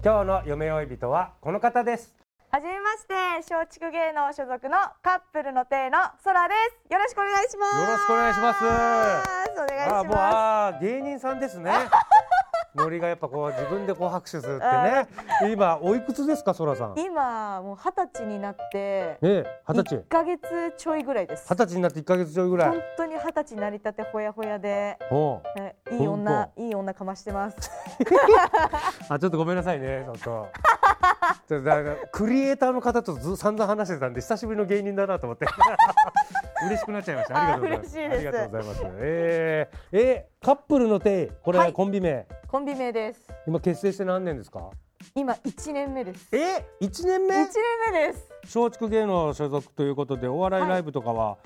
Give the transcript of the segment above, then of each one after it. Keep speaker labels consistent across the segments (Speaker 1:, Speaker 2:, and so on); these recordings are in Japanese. Speaker 1: 今日の夢追い人はこの方です
Speaker 2: はじめまして、松竹芸能所属のカップルの亭の空です。よろしくお願いします。
Speaker 1: よろしくお願いします
Speaker 2: お願い
Speaker 1: あ
Speaker 2: し
Speaker 1: もう
Speaker 2: ま
Speaker 1: あー芸人さん ですねノリがやっぱこう自分でこう拍手するってね今おいくつですかそらさん
Speaker 2: す。
Speaker 1: ね
Speaker 2: 今もう二十歳になって、
Speaker 1: え二十歳
Speaker 2: 一ヶ月ちょいぐらいです
Speaker 1: 二。十歳になって一ヶ月ちょいぐら
Speaker 2: 本
Speaker 1: い
Speaker 2: 当に二十歳になりたてほやほやで、
Speaker 1: おう
Speaker 2: えいい女
Speaker 1: 本、
Speaker 2: いい女かましてます。
Speaker 1: あちょっとごめんなさいねちょっとちょっとだからクリエイターの方とず散々話してたんで久しぶりの芸人だなと思って 嬉しくなっちゃいましたありがとうございます
Speaker 2: あ嬉しいです
Speaker 1: ありがとうございますえー、えーカップルの手これ、
Speaker 2: はい
Speaker 1: コンビ名
Speaker 2: コンビ名です。
Speaker 1: 今結成して何年ですか
Speaker 2: 今一年目です。
Speaker 1: え一年
Speaker 2: 一
Speaker 1: 目
Speaker 2: 年目です。
Speaker 1: 松竹芸能所属ということでお笑いライブとかは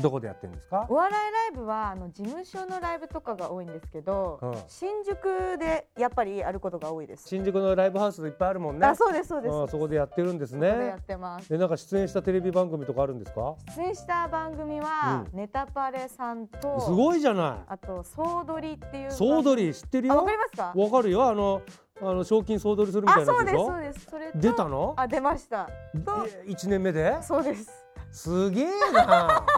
Speaker 1: どこでやってるんですか、
Speaker 2: お笑いライブはあの事務所のライブとかが多いんですけど、
Speaker 1: うん
Speaker 2: 新宿でやっぱりあることが多いです。
Speaker 1: 新宿のライブハウスいっぱいあるもんね
Speaker 2: あ、そうですそうです。
Speaker 1: あそこでやってるんです
Speaker 2: そこでや
Speaker 1: ね
Speaker 2: ってます。
Speaker 1: でなんか出演したテレビ番組とかあるんですか
Speaker 2: 出演した番組は、
Speaker 1: う
Speaker 2: ネタパレさんと
Speaker 1: すごいじゃない
Speaker 2: あと総取りっていう
Speaker 1: 総
Speaker 2: り
Speaker 1: 取り知ってる
Speaker 2: あ
Speaker 1: よ
Speaker 2: わかりますか
Speaker 1: わかるよあのあの賞金総取りするみた
Speaker 2: あ
Speaker 1: いな
Speaker 2: そ
Speaker 1: や
Speaker 2: う
Speaker 1: つ
Speaker 2: で
Speaker 1: ですし
Speaker 2: そう
Speaker 1: ょ
Speaker 2: ですそれと
Speaker 1: 出たの
Speaker 2: あ出ましたと
Speaker 1: え一年目で
Speaker 2: そうです
Speaker 1: すげえな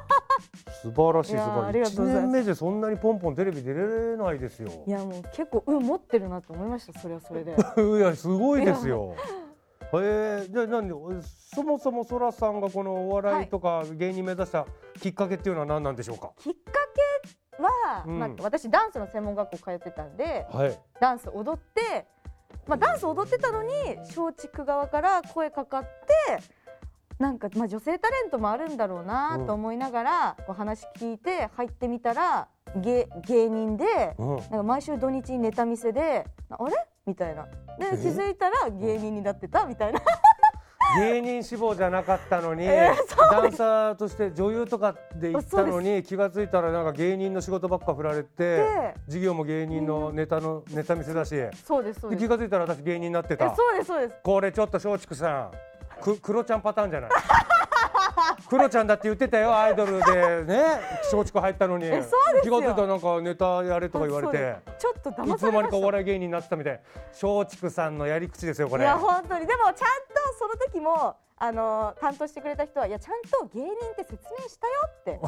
Speaker 1: 素晴らしい素
Speaker 2: いやー
Speaker 1: 晴
Speaker 2: あり
Speaker 1: らし
Speaker 2: が
Speaker 1: い一
Speaker 2: とうございま
Speaker 1: 年
Speaker 2: す
Speaker 1: 目でそんなにポンポンテレビ出れないですよ
Speaker 2: いやもう結構運持ってるなと思いましたそれはそ れで
Speaker 1: いやすごいですよ。へえじゃあ何そもそもそらさんがこのお笑いとか芸人目指したきっかけっていうのは何なんでしょうか。
Speaker 2: きっかけは、
Speaker 1: うん
Speaker 2: まあ、私ダンスの専門学校通ってたんで
Speaker 1: はい。
Speaker 2: ダンス踊ってまあダンス踊ってたのに松竹側から声かかってなんかまあ女性タレントもあるんだろうなと思いながらお話聞いて入ってみたら芸芸人で
Speaker 1: うん。
Speaker 2: なんか毎週土日にネタ見せであれみたいなで気づいたら芸人になってたみたいな
Speaker 1: 芸人志望じゃなかったのに、
Speaker 2: えー
Speaker 1: ダンサーとして女優とかで行ったのに気がついたらなんか芸人の仕事ばっか振られて
Speaker 2: で
Speaker 1: 授業も芸人のネタのネタ見せだしで
Speaker 2: そうですそうで
Speaker 1: 気
Speaker 2: す
Speaker 1: がついたら私芸人になって
Speaker 2: え
Speaker 1: た。
Speaker 2: そうですそうです
Speaker 1: これちょっと松竹さんく黒ちゃんパターンじゃない 黒ちゃんだって言ってたよアイドルでね松竹入ったのに
Speaker 2: えそうですよ
Speaker 1: 気がついたらなんかネタやれとか言われて
Speaker 2: あそうですちょっと
Speaker 1: い
Speaker 2: 騙
Speaker 1: つの
Speaker 2: さ
Speaker 1: 間
Speaker 2: れ
Speaker 1: に
Speaker 2: ま
Speaker 1: かお
Speaker 2: し
Speaker 1: 笑い芸人になってたみたい松竹さんのやり口ですよこ
Speaker 2: た
Speaker 1: れ
Speaker 2: いや本当にでもちゃんとその時もあの担当してくれた人はいやちゃんと芸人って説明したよって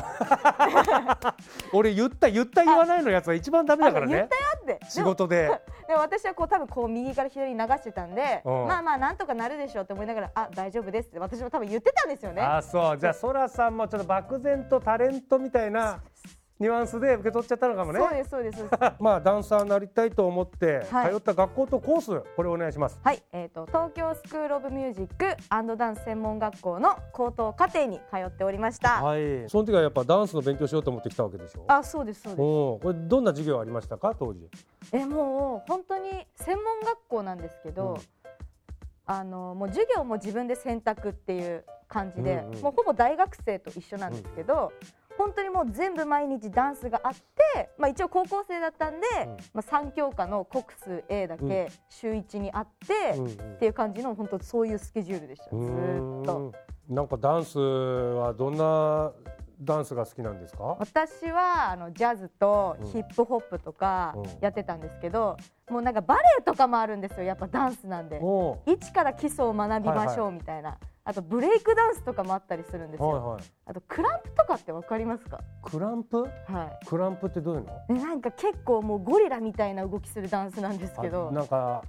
Speaker 1: 俺言った言った言わないのやつは一番ダメだから
Speaker 2: あ言
Speaker 1: ね
Speaker 2: ったよって
Speaker 1: 仕事で
Speaker 2: でも私はこう多分こう右から左に流してたんで
Speaker 1: うん
Speaker 2: まあまあなんとかなるでしょうって思いながらあ大丈夫ですって私も多分言ってたんですよね
Speaker 1: あそうじゃあそらさんもちょっと漠然とタレントみたいなニュアンスで受け取っちゃったのかもね
Speaker 2: そうですそうですそう です
Speaker 1: まあダンサーになりたいと思って
Speaker 2: はい
Speaker 1: 通った学校とコースこれお願いします
Speaker 2: はい、えー、と東京スクール・オブ・ミュージックダンス専門学校の高等課程に通っておりました、
Speaker 1: はい。その時はやっぱダンスの勉強しようと思ってきたわけでしょ。
Speaker 2: あそうですそうで
Speaker 1: おお、これどんな授業ありましたか当時。
Speaker 2: すえもう本当に専門学校なんですけ
Speaker 1: う
Speaker 2: ど、
Speaker 1: ん
Speaker 2: あのもう授業も自分で選択っていう感じで、
Speaker 1: うんうん
Speaker 2: もうほぼ大学生と一緒なんですけど、本当にもう全部毎日ダンスがあって、まあ、一応高校生だったんで、
Speaker 1: ん
Speaker 2: まあ、3教科の国数 A だ
Speaker 1: うん
Speaker 2: け週1にあって、
Speaker 1: うんう
Speaker 2: っ
Speaker 1: ん
Speaker 2: ていう感じの本当そういうスケジュールでしたずーっと。
Speaker 1: うんなんかダンスはどんなダンスが好きなんですか。
Speaker 2: 私はあのジャズとヒップホップとか
Speaker 1: うん
Speaker 2: やってたんですけど、もうなんかバレエとかもあるんですよやっぱダンスなんで
Speaker 1: おお。
Speaker 2: 一から基礎を学びまし
Speaker 1: はい
Speaker 2: ょ
Speaker 1: は
Speaker 2: うみたいな、あとブレイクダンスとかもあったりするんですよ、
Speaker 1: はいはい。
Speaker 2: あとクランプとかってわかりますか
Speaker 1: クランプ？
Speaker 2: は
Speaker 1: クランプってどういうの？
Speaker 2: いでなんか結構もうゴリラみたいな動きするダンスなんですけ
Speaker 1: あ
Speaker 2: ど
Speaker 1: なんか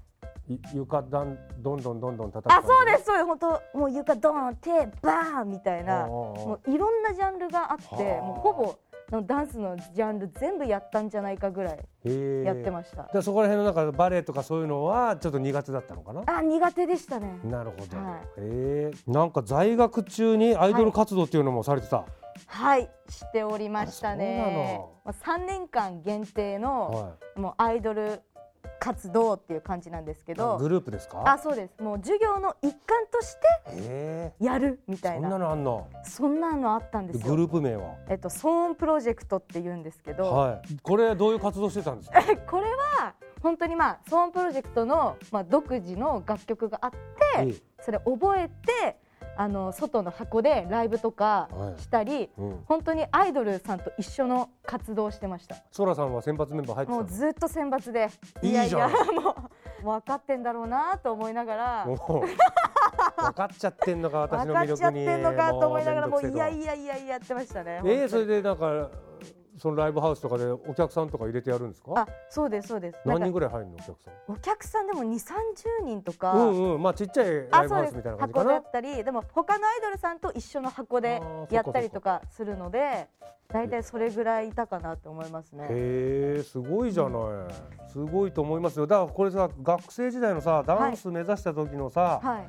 Speaker 1: い床だんどんどんどんどん叩く
Speaker 2: あ
Speaker 1: 感じ
Speaker 2: そうですそうです本当もう床ドーン手バーンみたいなも
Speaker 1: も
Speaker 2: ういろんなジャンルがあって
Speaker 1: はあ
Speaker 2: もうほぼのダンスのジャンル全部やったんじゃないかぐらいうやってました、
Speaker 1: すそこら辺の中でバレエとかそういうのはちょっと苦手だったのかな
Speaker 2: あ苦手でしたね
Speaker 1: なるほど、
Speaker 2: はい
Speaker 1: ええなんか在学中にアイドル活動っていうのもされてた、は
Speaker 2: はいしておりました
Speaker 1: あそうな
Speaker 2: ね
Speaker 1: の
Speaker 2: まあ3年間限定
Speaker 1: い
Speaker 2: のもうアイドル活動っていう感じなんですけ
Speaker 1: あグ
Speaker 2: ど
Speaker 1: ループですか
Speaker 2: あそうですもう授業の一環として
Speaker 1: え
Speaker 2: やるみ
Speaker 1: え
Speaker 2: たい
Speaker 1: そんな
Speaker 2: な
Speaker 1: のあんの
Speaker 2: そんなのあったんです
Speaker 1: グ
Speaker 2: よ
Speaker 1: ループ名は
Speaker 2: えっと騒音プロジェクトって言うんですけど、
Speaker 1: はいこれどういう活動してたんですか
Speaker 2: これは本当にまあ騒音プロジェクトのまあ独自の楽曲があって
Speaker 1: ええ
Speaker 2: それ覚えてあの外の箱でライブとか
Speaker 1: はい
Speaker 2: したり、
Speaker 1: うん、
Speaker 2: 本当にアイドルさんと一緒の活動をしてました
Speaker 1: ソラさんは先発メンバー入ってた
Speaker 2: も
Speaker 1: の
Speaker 2: うずっと選抜で
Speaker 1: いいじゃん
Speaker 2: もう分かってんだろうなと思いながら
Speaker 1: もう分かっちゃってん のか私
Speaker 2: 分
Speaker 1: の
Speaker 2: かっ
Speaker 1: 魅
Speaker 2: ちゃっ
Speaker 1: 力に
Speaker 2: てんのかと思いながらもうい
Speaker 1: や
Speaker 2: やいやいやいややってましたね
Speaker 1: ええそれ
Speaker 2: で
Speaker 1: でなんかそのライブハウスとかでお客さんとか入れてやるんですか
Speaker 2: あそうですそうです
Speaker 1: 何
Speaker 2: な
Speaker 1: 人
Speaker 2: んか
Speaker 1: ぐらい入るのお客さん
Speaker 2: お客さんでも2 3 0人とか、
Speaker 1: うんうんまあちっちゃいラ
Speaker 2: あ
Speaker 1: イブ
Speaker 2: そう
Speaker 1: ハウ
Speaker 2: で
Speaker 1: スみ
Speaker 2: す
Speaker 1: たいな感じか
Speaker 2: 箱だ
Speaker 1: な
Speaker 2: ったりでも他のアイドルさんと一緒の箱で
Speaker 1: あーそっか
Speaker 2: やったりとかするので大体それぐらいいたかなと思いますね。
Speaker 1: へえすごいじゃない、すごいと思いますよだからこれさ学生時代のさダンス目指した時のさ、
Speaker 2: はい、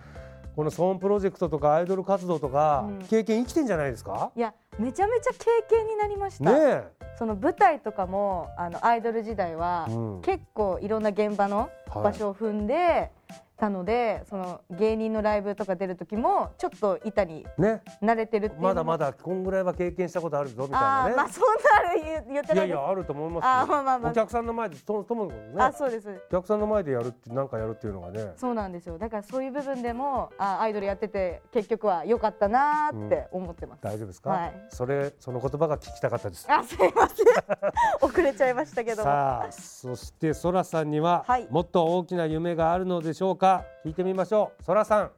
Speaker 1: このソーンプロジェクトとかアイドル活動とか、
Speaker 2: うん
Speaker 1: 経験生きてんじゃないですか
Speaker 2: いやめちゃめちゃ経験になりました、
Speaker 1: ねえ、
Speaker 2: その舞台とかもあのアイドル時代は、
Speaker 1: うん
Speaker 2: 結構いろんな現場の場所を踏んで、たのでその芸人のライブとか出る時もちょっと板に
Speaker 1: ね
Speaker 2: 慣れてるっていうの
Speaker 1: まだまだ
Speaker 2: だ
Speaker 1: こんぐらいは経験したことあるぞみたい
Speaker 2: あ
Speaker 1: な
Speaker 2: ー
Speaker 1: ね、
Speaker 2: まあそんなの言う言って
Speaker 1: い
Speaker 2: な
Speaker 1: や
Speaker 2: い
Speaker 1: い
Speaker 2: です
Speaker 1: やあると思います
Speaker 2: あー
Speaker 1: よ、
Speaker 2: まあまあまあ
Speaker 1: お客さんの前でとともかくね
Speaker 2: あそうです
Speaker 1: お客さんの前でやるってなんかやるっていうのがね
Speaker 2: そうなんですよだからそういう部分でもあアイドルやってて結局は良かったなーって思ってます、
Speaker 1: 大丈夫ですか、
Speaker 2: はい
Speaker 1: それその言葉が聞きたかったです
Speaker 2: あすいません 遅れちゃいましたけどは
Speaker 1: さあそしてソラさんには
Speaker 2: はい
Speaker 1: もっと大きな夢があるのでしょうか聞いてみましょうソラさん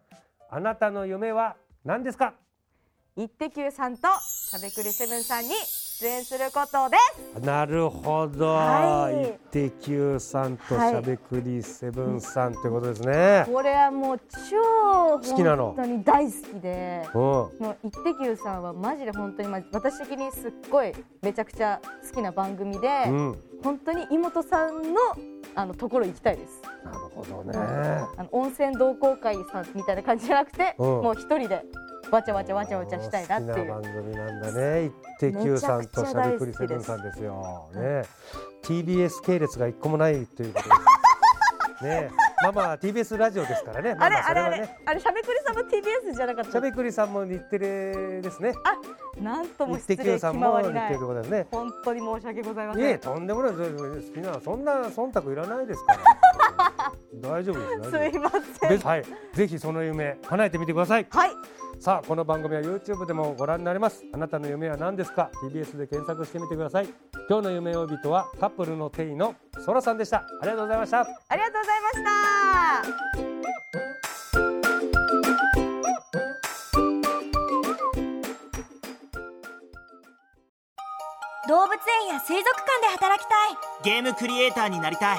Speaker 1: あなたの夢は何ですか
Speaker 2: イッテ Q さんとしゃべくりセブンさんに出演することです
Speaker 1: なるほど、
Speaker 2: はい
Speaker 1: イッテ Q さんとし
Speaker 2: はい
Speaker 1: ゃべくりセブンさんということですね、
Speaker 2: これはもう超
Speaker 1: 好きなの
Speaker 2: 本当に大好きで
Speaker 1: うん
Speaker 2: もうイッテ Q さんはマジで本当にまあ私的にすっごいめちゃくちゃ好きな番組で、
Speaker 1: うん、
Speaker 2: 本当に妹さんのあのところ行きたいです
Speaker 1: なるほどね
Speaker 2: あの温泉同好会さんみたいな感じじゃなくて、
Speaker 1: うん
Speaker 2: もう一人でわちゃわちゃわちゃわちゃしたいなっていう
Speaker 1: 好きな番組なんだねイッテ Q さんとしゃべくりセブンさんですよね TBS 系列が一個もないということ ですねまあまあ TBS ラジオですからねま
Speaker 2: あれ
Speaker 1: ま
Speaker 2: あ
Speaker 1: そ
Speaker 2: れあ
Speaker 1: は
Speaker 2: れ、
Speaker 1: ね
Speaker 2: あれしゃべくりさんも TBS じゃなかっ
Speaker 1: しゃ
Speaker 2: た
Speaker 1: べくりさんも日テレですね。
Speaker 2: なんとも
Speaker 1: 日テ
Speaker 2: 失礼
Speaker 1: レ
Speaker 2: 極
Speaker 1: さんも
Speaker 2: ま
Speaker 1: 日
Speaker 2: りな
Speaker 1: テレ
Speaker 2: い
Speaker 1: ということですね。
Speaker 2: 本当に申し訳ございま
Speaker 1: い
Speaker 2: せ
Speaker 1: え、
Speaker 2: ん
Speaker 1: とんでもない好きなそんな忖度いらないですから。 大丈夫です。
Speaker 2: す
Speaker 1: 大
Speaker 2: い
Speaker 1: 丈
Speaker 2: ま
Speaker 1: 夫
Speaker 2: せ
Speaker 1: で
Speaker 2: ん
Speaker 1: す。はい、ぜひその夢叶えてみてください。
Speaker 2: はい
Speaker 1: さあ、この番組は YouTube でもご覧になれます。あなたの夢は何ですか ?TBS で検索してみてください。今日の夢追い人はカップルの定位のソラさんでした。ありがとうございました。
Speaker 2: ありがとうございました
Speaker 3: 動物園や水族館で働きたい
Speaker 4: ゲームクリエイターになりたい